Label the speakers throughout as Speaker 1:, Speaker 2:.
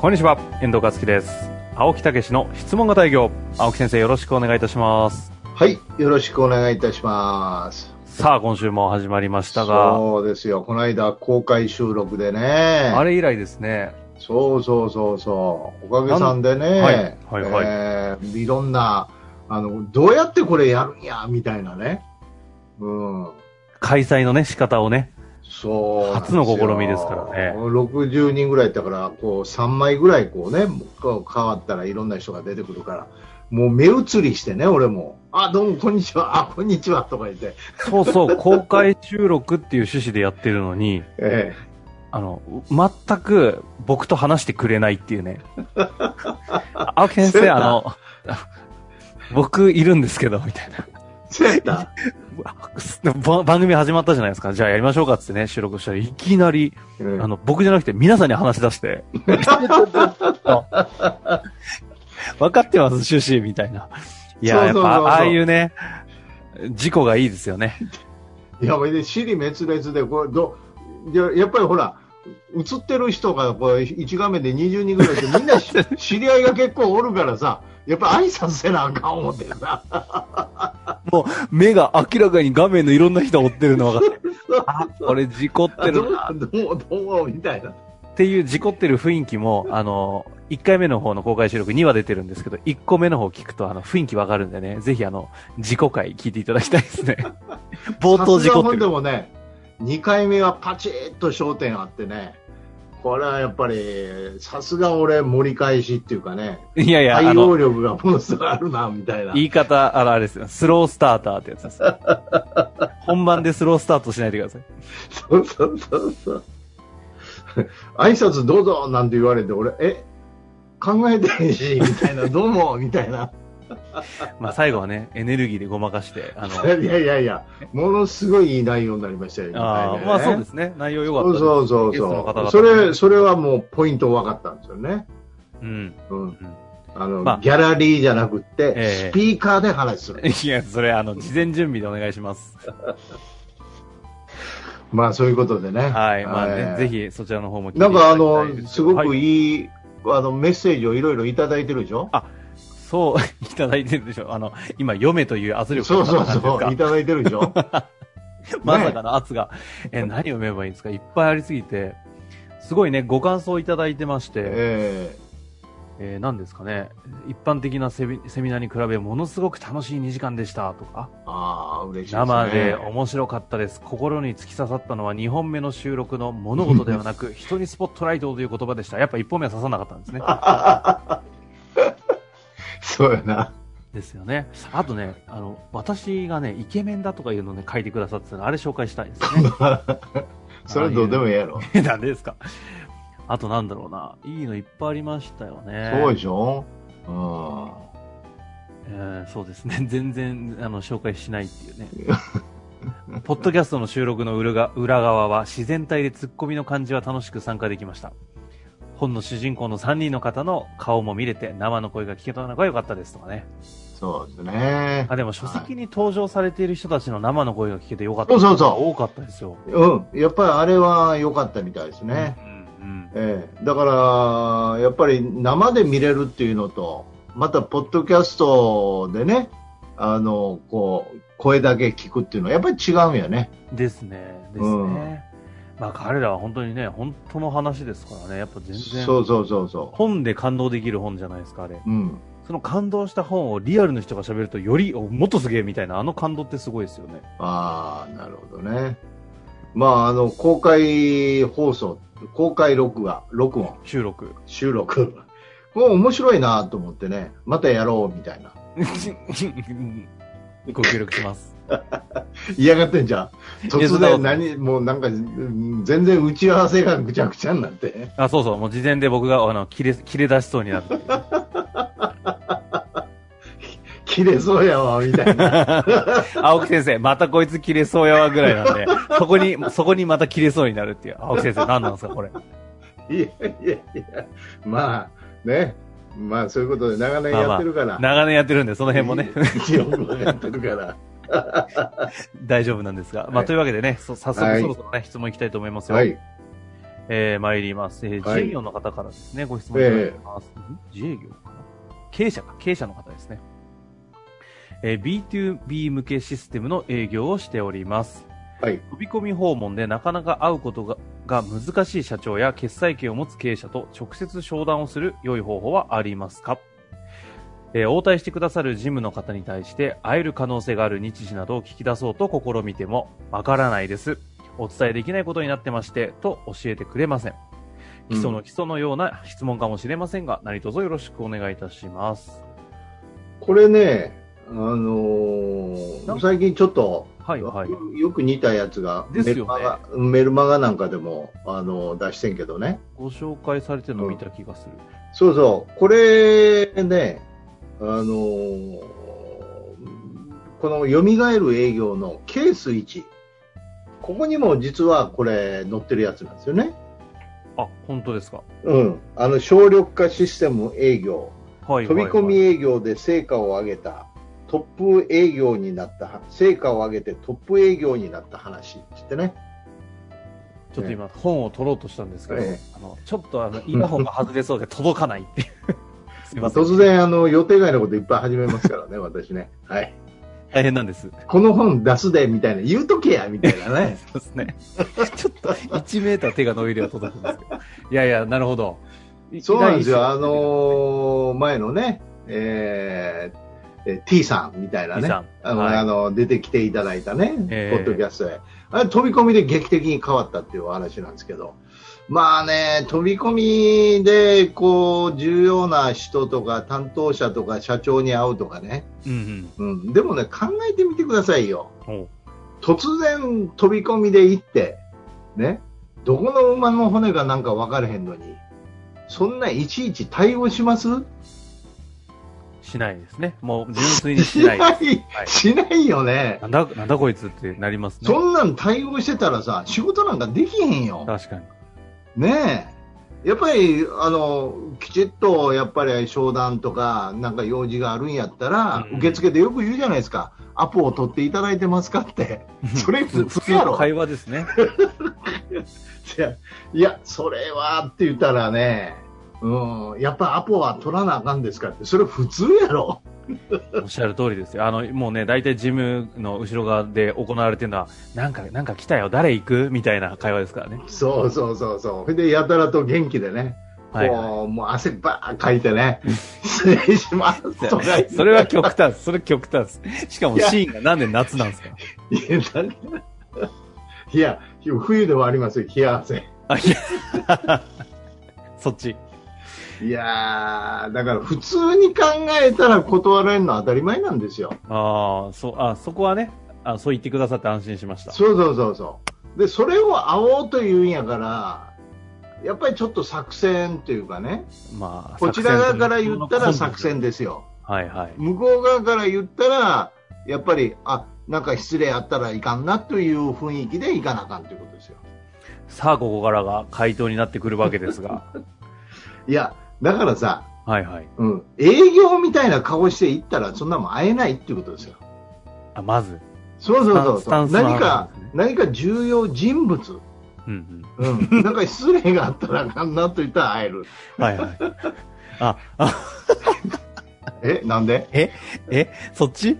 Speaker 1: こんにちは、遠藤和樹です。青木武の質問型営業。青木先生、よろしくお願いいたします。
Speaker 2: はい、よろしくお願いいたします。
Speaker 1: さあ、今週も始まりましたが、
Speaker 2: そうですよ、この間公開収録でね、あ
Speaker 1: あれ以来ですね。
Speaker 2: そうそうそうそう、おかげさんでね、
Speaker 1: はいはいはい
Speaker 2: えーいろんなあの、どうやってこれやるんやみたいなね、うん、
Speaker 1: 開催のね、仕方をね。
Speaker 2: そうなんす
Speaker 1: 初の
Speaker 2: よ
Speaker 1: 試みですからね
Speaker 2: 60人ぐらいだから、こう3枚ぐらいこうね、こう変わったらいろんな人が出てくるから、もう目移りしてね、俺も、あ、どうもこんにちは、あ、こんにちはとか言って。
Speaker 1: そう そう、公開収録っていう趣旨でやってるのに、
Speaker 2: ええ
Speaker 1: あの、全く僕と話してくれないっていうね。あ青木先
Speaker 2: そう
Speaker 1: 生、
Speaker 2: や
Speaker 1: あ
Speaker 2: な
Speaker 1: の、僕いるんですけど、みたいな。
Speaker 2: そうやった。
Speaker 1: ば番組始まったじゃないですか。じゃあやりましょうかっつってね、収録したらいきなり、あの、僕じゃなくて皆さんに話し出して。分かってます、趣旨、みたいな。いや、
Speaker 2: そう
Speaker 1: やっ
Speaker 2: そうそうそう
Speaker 1: ぱ、ああいうね、事故がいいですよね。
Speaker 2: いや、これで、尻滅裂で、これ、ど、じゃやっぱりほら、映ってる人が、これ、一画面で20人ぐらいで、みん なし知り合いが結構おるからさ、やっぱ挨拶せなあかん思ってさ、
Speaker 1: もう、目が明らかに画面のいろんな人を追ってるの分かって。 あ、これ事故って
Speaker 2: あど
Speaker 1: る
Speaker 2: う
Speaker 1: な。
Speaker 2: も、どうも、どうも、みたいな。
Speaker 1: っていう事故ってる雰囲気も、あの、1回目の方の公開収録2話出てるんですけど、1個目の方聞くと、あの、雰囲気分かるんでね、ぜひあの、事故回聞いていただきたいですね。 冒頭事故って
Speaker 2: さすがほんで
Speaker 1: る。
Speaker 2: もね、2回目はパチッと焦点あってね、これはやっぱり、さすが俺、盛り返しっていうかね、
Speaker 1: いやいや、あ
Speaker 2: 対
Speaker 1: の、
Speaker 2: 応力がものすごいあるな、みたいな。
Speaker 1: 言い方、あのあれですよ。スロースターターってやつです。本番でスロースタートしないでください。
Speaker 2: そうそうそうそう。挨拶どうぞなんて言われて、俺、え考えてへんし、みたいな、どうも、みた いな。
Speaker 1: まあ最後はね、エネルギーでごまかして、あの、
Speaker 2: いやいやいやいや、ものすごいいい内容になりましたよ、今
Speaker 1: あ
Speaker 2: 回
Speaker 1: ー
Speaker 2: ね
Speaker 1: まあそうですね。内容良かったで
Speaker 2: そう
Speaker 1: す。
Speaker 2: そうそ
Speaker 1: ゲストの方々
Speaker 2: うそ
Speaker 1: も
Speaker 2: う。それ、それはもうポイント分かったんですよね。
Speaker 1: うん。
Speaker 2: うん。あの、
Speaker 1: まあ
Speaker 2: ギャラリーじゃなくっ
Speaker 1: え
Speaker 2: て、
Speaker 1: え
Speaker 2: スピーカーで話する。
Speaker 1: いや、それ、あの、事前準備でお願いします。
Speaker 2: まあそういうことでね。
Speaker 1: はい。まあ
Speaker 2: え
Speaker 1: ね
Speaker 2: え、
Speaker 1: ぜひそちらの方も聞いてい
Speaker 2: な
Speaker 1: ただき
Speaker 2: ん
Speaker 1: た
Speaker 2: か
Speaker 1: い
Speaker 2: あ
Speaker 1: で
Speaker 2: の、すごく
Speaker 1: はい
Speaker 2: いい、あの、メッセージをいろいろいただいてるでしょ
Speaker 1: そう、 いただいてるでしょ。あの、今、読めという圧力
Speaker 2: そう
Speaker 1: がか
Speaker 2: そ
Speaker 1: か
Speaker 2: う
Speaker 1: ったんです
Speaker 2: そう、い
Speaker 1: か。
Speaker 2: ただいてるでしょ
Speaker 1: まさかの圧が。え、何読めばいいんですかいっぱいありすぎて。すごいね、ご感想いただいてまして。
Speaker 2: ええ
Speaker 1: えー、何ですかね一般的なセミセミナーに比べものすごく楽しい2時間でしたとか
Speaker 2: ああ、嬉しいです、ね。
Speaker 1: 生で面白かったです心に突き刺さったのは2本目の収録の物事ではな く人にスポットライトをという言葉でしたやっぱ1本目は刺さなかったんですね
Speaker 2: そうやな。
Speaker 1: ですよねあとねあの私がねイケメンだとかいうのをね書いてくださってたのあれ紹介したいですね
Speaker 2: それどうでもええやろ。
Speaker 1: 何ですかあとなんだろうないいのいっぱいありましたよね
Speaker 2: そうでしょう
Speaker 1: えーそうですね、 全然あの紹介しないっていうね。 ポッドキャストの収録の裏が裏側は自然体でツッコミの感じは楽しく参加できました。本の主人公の3人の方の顔も見れて生の声が聞けたのが良かったですとかね。
Speaker 2: ん。そうですね。
Speaker 1: あ、でも書籍に登場されている人たちの生の声が聞けて良かった。
Speaker 2: そうそうそう
Speaker 1: 多かったですよ。
Speaker 2: うん。やっぱりあれは良かったみたいですね。
Speaker 1: うん
Speaker 2: ええ。だから、やっぱり生で見れるっていうのと、また、ポッドキャストでね、あの、こう、声だけ聞くっていうのは、やっぱり違うんよね。
Speaker 1: うんですね。ですね。
Speaker 2: うん
Speaker 1: まあ彼らは本当にね、本当の話ですからね。やっぱ全然。
Speaker 2: そうそうそうそ
Speaker 1: 本で感動できる本じゃないですか、あれ。
Speaker 2: う。うん。
Speaker 1: その感動した本をリアルの人が喋るとより、おもっとすげえみたいな、あの感動ってすごいですよね。
Speaker 2: ああ、なるほどね。まあ、あの、公開放送、公開録画、録音、
Speaker 1: 収 録。
Speaker 2: 収録。もう面白いなと思ってね、またやろうみたいな。
Speaker 1: ご協力します。
Speaker 2: 嫌がってんじゃん。
Speaker 1: いやそ
Speaker 2: 突
Speaker 1: んなこと
Speaker 2: 然何、もうなんか、うん全然打ち合わせがぐちゃぐちゃになって。
Speaker 1: あ、そうそう、もう事前で僕が、あの、切れ、切れ出しそうになって。
Speaker 2: 切れそうやわ、みた いな。
Speaker 1: 青木先生、またこいつ切れそうやわぐらいなんで、そこに、そこにまた切れそうになるっていう。青木先生、何なんですか、これ。
Speaker 2: いやいやいや、まあ、ね。まあ、そういうことで長年
Speaker 1: まあまあ
Speaker 2: やってるから。
Speaker 1: 長年やってるんで、その辺も ね、
Speaker 2: よくやって るから。
Speaker 1: 大丈夫なんですが。ま
Speaker 2: は
Speaker 1: あ、
Speaker 2: い
Speaker 1: というわけでね、そ早
Speaker 2: は
Speaker 1: 速
Speaker 2: い
Speaker 1: そろそろね、質問いきたいと思いますよ。
Speaker 2: はい。
Speaker 1: えー、参ります。えー、
Speaker 2: はい
Speaker 1: 自営業の方からですね、ご質問いただいてます。ん自営業かな経営者か、経営者の方ですね。えー、B2B 向けシステムの営業をしております。
Speaker 2: はい。
Speaker 1: 飛び込み訪問でなかなか会うことがが難しい社長や決裁権を持つ経営者と直接商談をする良い方法はありますか、えー応対してくださる事務の方に対して会える可能性がある日時などを聞き出そうと試みてもわからないです。お伝えできないことになってまして、と教えてくれません。基礎の基礎のような質問かもしれませんが、何卒よろしくお願いいたします。
Speaker 2: これね、あのー最近ちょっと、
Speaker 1: はいはい。
Speaker 2: よく似たやつが
Speaker 1: ですよ
Speaker 2: メ
Speaker 1: ね
Speaker 2: ルマガ、メルマガなんかでも、あのー出してんけどね。
Speaker 1: ご紹介されてるの見た気がする。
Speaker 2: そうそう、これね、あのーこの蘇る営業のケース1、ここにも実はこれ、載ってるやつなんですよね。
Speaker 1: あ、本当ですか。
Speaker 2: うん、あの省力化システム営業、
Speaker 1: はいは
Speaker 2: 飛
Speaker 1: い、は
Speaker 2: び
Speaker 1: い。
Speaker 2: 込み営業で成果を上げた、トップ営業になった、成果を上げてトップ営業になった話って言ってね、
Speaker 1: ちょっと今、本を取ろうとしたんですけど、
Speaker 2: ええ
Speaker 1: あのちょっとあのイヤホンが外れそうで届かないっていう。 すいません。
Speaker 2: 突然あの予定外のこといっぱい始めますから ね、私ね、はい、
Speaker 1: 大変なんです。
Speaker 2: この本出すでみたいな、言うとけやみたいな ね。
Speaker 1: そうですね。 ちょっと1メーター手が伸びれば届くんですけど。いやいや、なるほど。
Speaker 2: そうなんですよ。
Speaker 1: 第
Speaker 2: あ
Speaker 1: 一章
Speaker 2: のー前のね、えーえー T さんみたいな
Speaker 1: 李
Speaker 2: ね、
Speaker 1: さん
Speaker 2: あの、
Speaker 1: はい
Speaker 2: あの出てきていただいたね、
Speaker 1: えー
Speaker 2: ポッドキャストへ。あれ飛び込みで劇的に変わったっていうお話なんですけど、まあね、飛び込みで、こう、重要な人とか担当者とか社長に会うとかね、
Speaker 1: うん
Speaker 2: うん、でもね、考えてみてくださいよ。
Speaker 1: うん。おう
Speaker 2: 突然飛び込みで行って、ね、どこの馬の骨かなんか分からへんのに、そんないちいち対応します
Speaker 1: しないですね。もう純粋に しない。
Speaker 2: しない
Speaker 1: はい
Speaker 2: しないよね。
Speaker 1: なんだ、なんだこいつってなりますね
Speaker 2: そ。んなん対応してたらさ、仕事なんかできへんよ。
Speaker 1: 確かに。
Speaker 2: ねえ。やっぱり、あの、きちっと、やっぱり商談とか、なんか用事があるんやったら、
Speaker 1: うん
Speaker 2: 受付でよく言うじゃないですか。アポを取っていただいてますかって。それ普通や ろ。
Speaker 1: 会話ですね。
Speaker 2: いやいや、それはって言ったらね、うん、やっぱアポは取らなあかんですかって、それ普通やろ。
Speaker 1: おっしゃる通りですよ。あの、もうね、大体ジムの後ろ側で行われてるのは、なんか、なんか来たよ、誰行くみたいな会話ですからね。
Speaker 2: そうそうそうそう。それで、やたらと元気でね、
Speaker 1: はい、
Speaker 2: こう
Speaker 1: は
Speaker 2: もう汗ばーかいてね、失礼しますとか言って
Speaker 1: い。それは極端です。それ極端です。しかもシーンがなんで夏なんですか
Speaker 2: いや、なんかいや、冬ではありますよ、冷や汗。
Speaker 1: あ、いや。そっち。
Speaker 2: いやー、だから普通に考えたら断られるのは当たり前なんですよ。
Speaker 1: ああ、そう、あ、そこはね、あそう言ってくださって安心しました。
Speaker 2: そうそうそうそう。で、それを会おうというんやから、やっぱりちょっと作戦というかね、
Speaker 1: まあ、
Speaker 2: こちら側から言ったら作
Speaker 1: で
Speaker 2: 戦ですよ。
Speaker 1: す。はいはい。
Speaker 2: 向こう側から言ったら、やっぱり、あ、なんか失礼あったらいかんなという雰囲気でいかなあかんということですよ。
Speaker 1: さあ、ここからが回答になってくるわけです が。
Speaker 2: いや、だからさ、
Speaker 1: はいはい。
Speaker 2: うん、営業みたいな顔して行ったら、そんなもん会えないっていうことですよ。
Speaker 1: あ、まず。
Speaker 2: そうそうそう
Speaker 1: スタ
Speaker 2: そう、
Speaker 1: ンスの
Speaker 2: 何か
Speaker 1: 話ですね、
Speaker 2: 何か重要人物、
Speaker 1: うんうん。
Speaker 2: うん、なんか失礼があったらあかんなと言ったら会える。
Speaker 1: はいはい。あ、あ、
Speaker 2: え、なんで
Speaker 1: え、そっち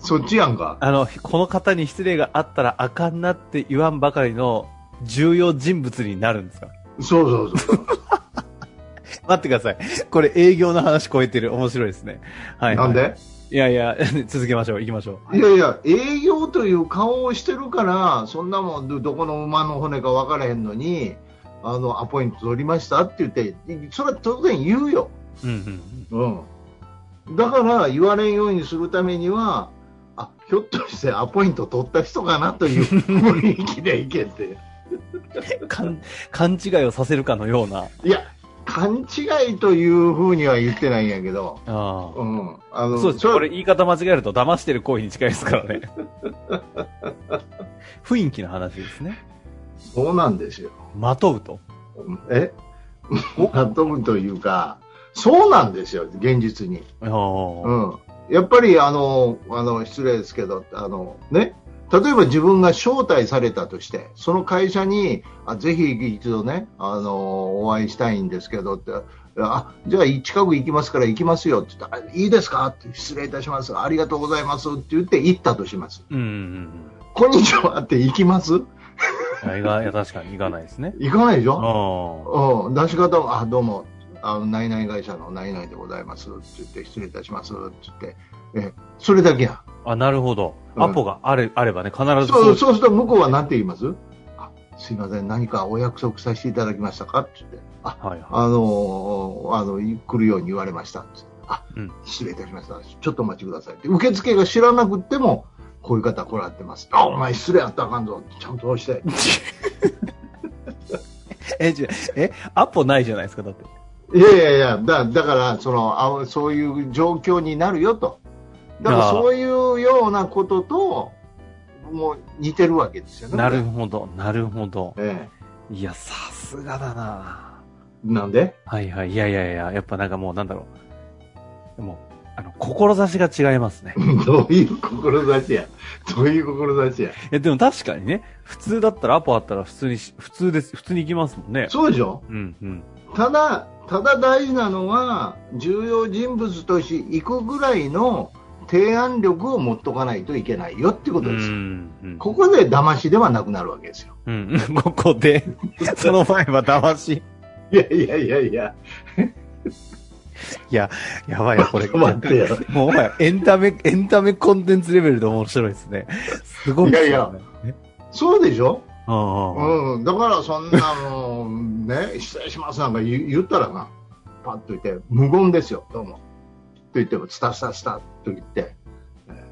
Speaker 2: そっちやんか。
Speaker 1: あの、この方に失礼があったらあかんなって言わんばかりの重要人物になるんですか
Speaker 2: そうそうそう。
Speaker 1: 待ってください。これ営業の話超えてる。面白いですね。はい、
Speaker 2: なんで
Speaker 1: いやいや、 続けましょう。行きましょう。
Speaker 2: いやいや、営業という顔をしてるから、そんなもん、どどこの馬の骨か分からへんのに、あの、アポイント取りましたって言って、それは当然言うよ。
Speaker 1: うんうんうん。
Speaker 2: うん。だから、言われんようにするためには、あひょっとしてアポイント取った人かな という雰囲気でいけって
Speaker 1: かん 勘違いをさせるかのような。
Speaker 2: いや勘違いというふうには言ってないんやけど、
Speaker 1: ああ
Speaker 2: うん、あの
Speaker 1: そうです。
Speaker 2: それ
Speaker 1: これ言い方間違えると騙してる行為に近いですから ね。雰囲気の話ですね。
Speaker 2: そうなんですよ
Speaker 1: まとうと。
Speaker 2: え 納得というかそうなんですよ現実に、
Speaker 1: ああ
Speaker 2: うん、やっぱりあのあの失礼ですけどあのね例えば自分が招待されたとしてその会社にあぜひ一度ねあのお会いしたいんですけどってあじゃあ近く行きますから行きますよって言ったらあいいですかって失礼いたしますありがとうございますって言って行ったとします
Speaker 1: うんうん
Speaker 2: こんにちはって行きます
Speaker 1: うん。あいがいや、確かに行かないですね。
Speaker 2: 行かないでしょ
Speaker 1: ああ。
Speaker 2: うん、出し方は、あ、どうも、あの、何々会社の何々でございますって言って、失礼いたしますって言って、え、それだけや。
Speaker 1: あ、なるほど。
Speaker 2: うん
Speaker 1: アポがあれあればね、必ず
Speaker 2: そ
Speaker 1: そう
Speaker 2: う、そうすると向こうは何て言いますあ、すいません、何かお約束させていただきましたかって言って、あ、
Speaker 1: はいは
Speaker 2: あのーあの、来るように言われましたって言ってあ、
Speaker 1: うん
Speaker 2: 失礼いたしました。ちょっとお待ちくださいって。受付が知らなくっても、こういう方来られてます。あ、お前失礼やったらあかんぞ。ちゃんと押して。
Speaker 1: い。え、じゃえ、アポないじゃないですか、だって。
Speaker 2: いやいやいや、だだからそのあ、そういう状況になるよと、だか
Speaker 1: あ
Speaker 2: ら
Speaker 1: あ
Speaker 2: そういうようなことと、もう似てるわけですよね。
Speaker 1: なるほど、なるほど。
Speaker 2: え
Speaker 1: いや、さすがだな
Speaker 2: え、なんで
Speaker 1: はいはい。いやいやいや、やっぱなんかもうなんだろう。もう、あの、志が違いますね。
Speaker 2: どういう志や、どういう志や、
Speaker 1: え、でも確かにね、普通だったらアポあったら普通にし、普通です、普通に行きますもんね。
Speaker 2: そうでしょ、
Speaker 1: うんうん。
Speaker 2: ただ、ただ大事なのは、重要人物として行くぐらいの提案力を持っとかないといけないよってこと
Speaker 1: う
Speaker 2: です、
Speaker 1: んうん。
Speaker 2: ここで騙しではなくなるわけですよ。
Speaker 1: うん うん、ここ で、その前は騙し。
Speaker 2: いやいやいやいや、
Speaker 1: やばいよ、これ。
Speaker 2: 待ってよ。
Speaker 1: もうもはやエンタメ、エンタメコンテンツレベルで面白いですね。すごいですよね。
Speaker 2: そうでしょ
Speaker 1: うんうんうん
Speaker 2: うん、だからそんなの、ね、失礼しますなんか言言ったらな、パッと言って、無言ですよ、どうも。と言っても、スタスタスタと言って、え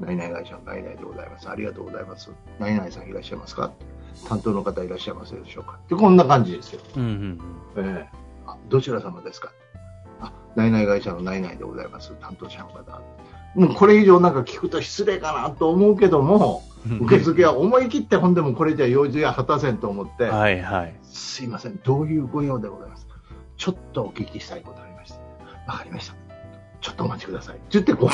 Speaker 2: ー何々会社の何々でございます、ありがとうございます、何々さんいらっしゃいますか、担当の方いらっしゃいますでしょうか、でこんな感じですよ、
Speaker 1: うんうん。
Speaker 2: ええあどちら様ですか、あ何々会社の何々でございます、担当者の方、もうこれ以上なんか聞くと失礼かなと思うけども、受付は思い切って、ほんでもこれじゃ用事は果たせんと思って。
Speaker 1: はいはい。
Speaker 2: すいません、どういうご用でございますかちょっとお聞きしたいことありました。わかりました。ちょっとお待ちください。って言ってこ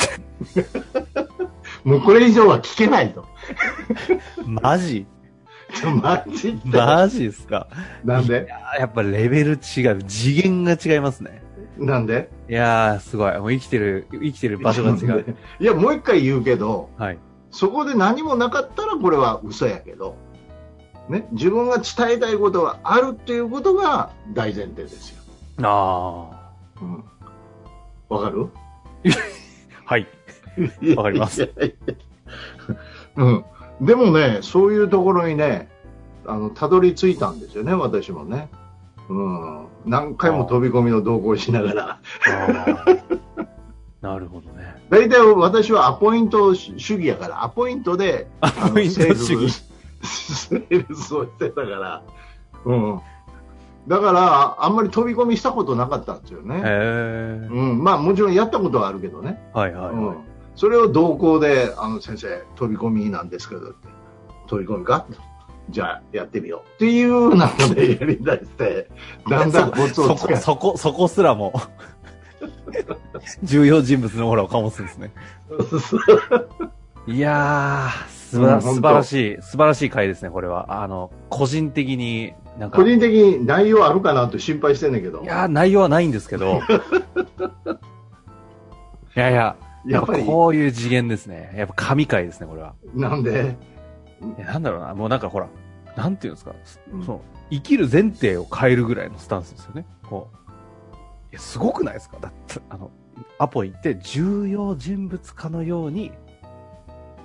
Speaker 2: う。 もうこれ以上は聞けないと。
Speaker 1: マジ
Speaker 2: ちょマジって。
Speaker 1: マジですか
Speaker 2: なんで
Speaker 1: あやっぱレベル違う。次元が違いますね。
Speaker 2: なんで
Speaker 1: いやー、すごい。もう生きてる、生きてる場所が違 う。。
Speaker 2: いや、もう一回言うけど、
Speaker 1: はい。
Speaker 2: そこで何もなかったらこれは嘘やけど、ね、自分が伝えたいことがあるっていうことが大前提ですよ。
Speaker 1: あ
Speaker 2: うん。わかる
Speaker 1: ー。はい。わかります
Speaker 2: いやいや。 うん。でもね、そういうところにね、あの、たどり着いたんですよね、私もね。うん。何回も飛び込みの同行しながら。
Speaker 1: あーなるほどね。
Speaker 2: 大体私はアポイント主義やから、アポイントで、ア
Speaker 1: ポイント主義。
Speaker 2: セールスをしてたから。うん。だから、あんまり飛び込みしたことなかったんですよ
Speaker 1: へ
Speaker 2: ね。
Speaker 1: え。
Speaker 2: うん。まあ、もちろんやったことはあるけどね。
Speaker 1: はいはいは
Speaker 2: う
Speaker 1: い。
Speaker 2: ん、それを同行であの先生飛び込みなんですけどって飛び込みかじゃあやってみようっていうなのでやりだ してだんだんコツ
Speaker 1: そ
Speaker 2: をつ
Speaker 1: こ、
Speaker 2: か
Speaker 1: そこ、そこすらも、重要人物のオーラを醸すんです ね。いやー、すば
Speaker 2: うん
Speaker 1: ら、
Speaker 2: 本当
Speaker 1: 素晴らしい、素晴らしい回ですね、これは。あの、個人的に、なんか、
Speaker 2: 個
Speaker 1: い
Speaker 2: 人的に内容あるかなと心配してんだけど
Speaker 1: やー、内容はないんですけ ど、いやいや、
Speaker 2: やっぱり
Speaker 1: こういう次元ですね。やっぱ神回ですね、これは。
Speaker 2: なんで
Speaker 1: いやなんだろうな、もうなんかほら、なんていうんですか、
Speaker 2: うん
Speaker 1: その、生きる前提を変えるぐらいのスタンスですよね。こう。いや、すごくないですかだって、あの、アポ行って、重要人物かのように、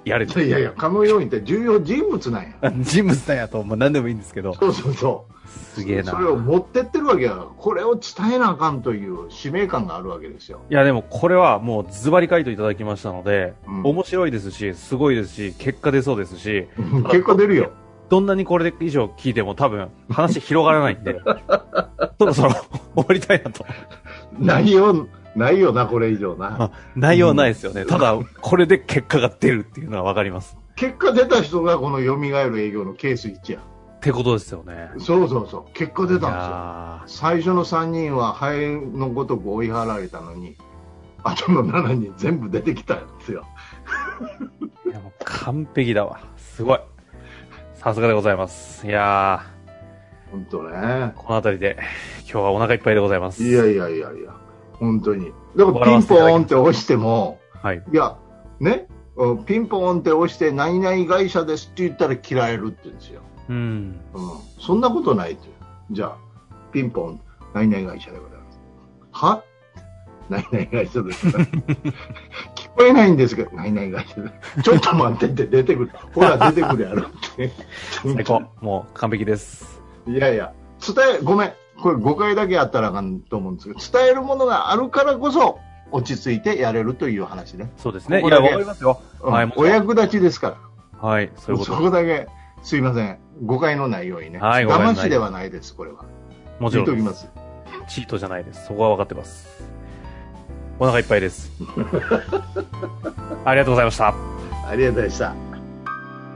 Speaker 1: やれ
Speaker 2: いやいやいや、カムイ要員って重要人物なんや。
Speaker 1: 人物なんやと、もう何でもいいんですけど、
Speaker 2: そうそうそう。
Speaker 1: すげえな。
Speaker 2: それを持ってってるわけやからこれを伝えなあかんという使命感があるわけですよ。
Speaker 1: いや、でもこれはもうズバリ回答いただきましたので、
Speaker 2: うん
Speaker 1: 面白いですし、すごいですし、結果出そうですし、
Speaker 2: 結果出るよ。
Speaker 1: どんなにこれ以上聞いても多分話広がらないん で、そろそ ろ終わりたいなと。
Speaker 2: 内容、ないよな、これ以上な。
Speaker 1: あ内容はないですよね。ただ、これで結果が出るっていうのはわかります。
Speaker 2: 結果出た人がこの蘇る営業のケース1や。
Speaker 1: ってことですよね。
Speaker 2: そうそうそう。結果出たんですよ。
Speaker 1: あ
Speaker 2: 最初の3人はハエのごとく追い払われたのに、あとの7人全部出てきたんですよ。
Speaker 1: いやもう完璧だわ。すごい。さすがでございます。いや
Speaker 2: 本当ね
Speaker 1: ー、。このあたりで今日はお腹いっぱいでございます。
Speaker 2: いやいやいやいや、本当に。だからピンポーンって押しても、
Speaker 1: はい。
Speaker 2: いや、ね、うんピンポーンって押して、何々会社ですって言ったら嫌えるって言うんですよ。
Speaker 1: うん。
Speaker 2: うん、そんなことないって。じゃあ、ピンポン、何々会社でございます。は何々会社です。聞こえないんですけど、何々会社です。ちょっと待ってって出てくる。ほら、出てくるやろって。
Speaker 1: 最高。もう完璧です。
Speaker 2: いやいや、伝え、ごめん。これ誤解だけあったらあかんと思うんですけど、伝えるものがあるからこそ、落ち着いてやれるという話ね。
Speaker 1: そうですね。
Speaker 2: こ
Speaker 1: い
Speaker 2: こだ
Speaker 1: や、
Speaker 2: け
Speaker 1: わかりますよ。
Speaker 2: うん
Speaker 1: はいもう
Speaker 2: お役立ちですか
Speaker 1: はい。そう
Speaker 2: ら。
Speaker 1: いうこ
Speaker 2: そ
Speaker 1: と。
Speaker 2: こだけ、すいません。誤解のないようにね。
Speaker 1: はい誤解のない
Speaker 2: 騙しではないです、これは。
Speaker 1: もちろ
Speaker 2: 言っと
Speaker 1: ん
Speaker 2: き
Speaker 1: で。
Speaker 2: ますす。
Speaker 1: チートじゃないです。そこは分かってます。お腹いっぱいです。ありがとうございました。
Speaker 2: ありがとうございました。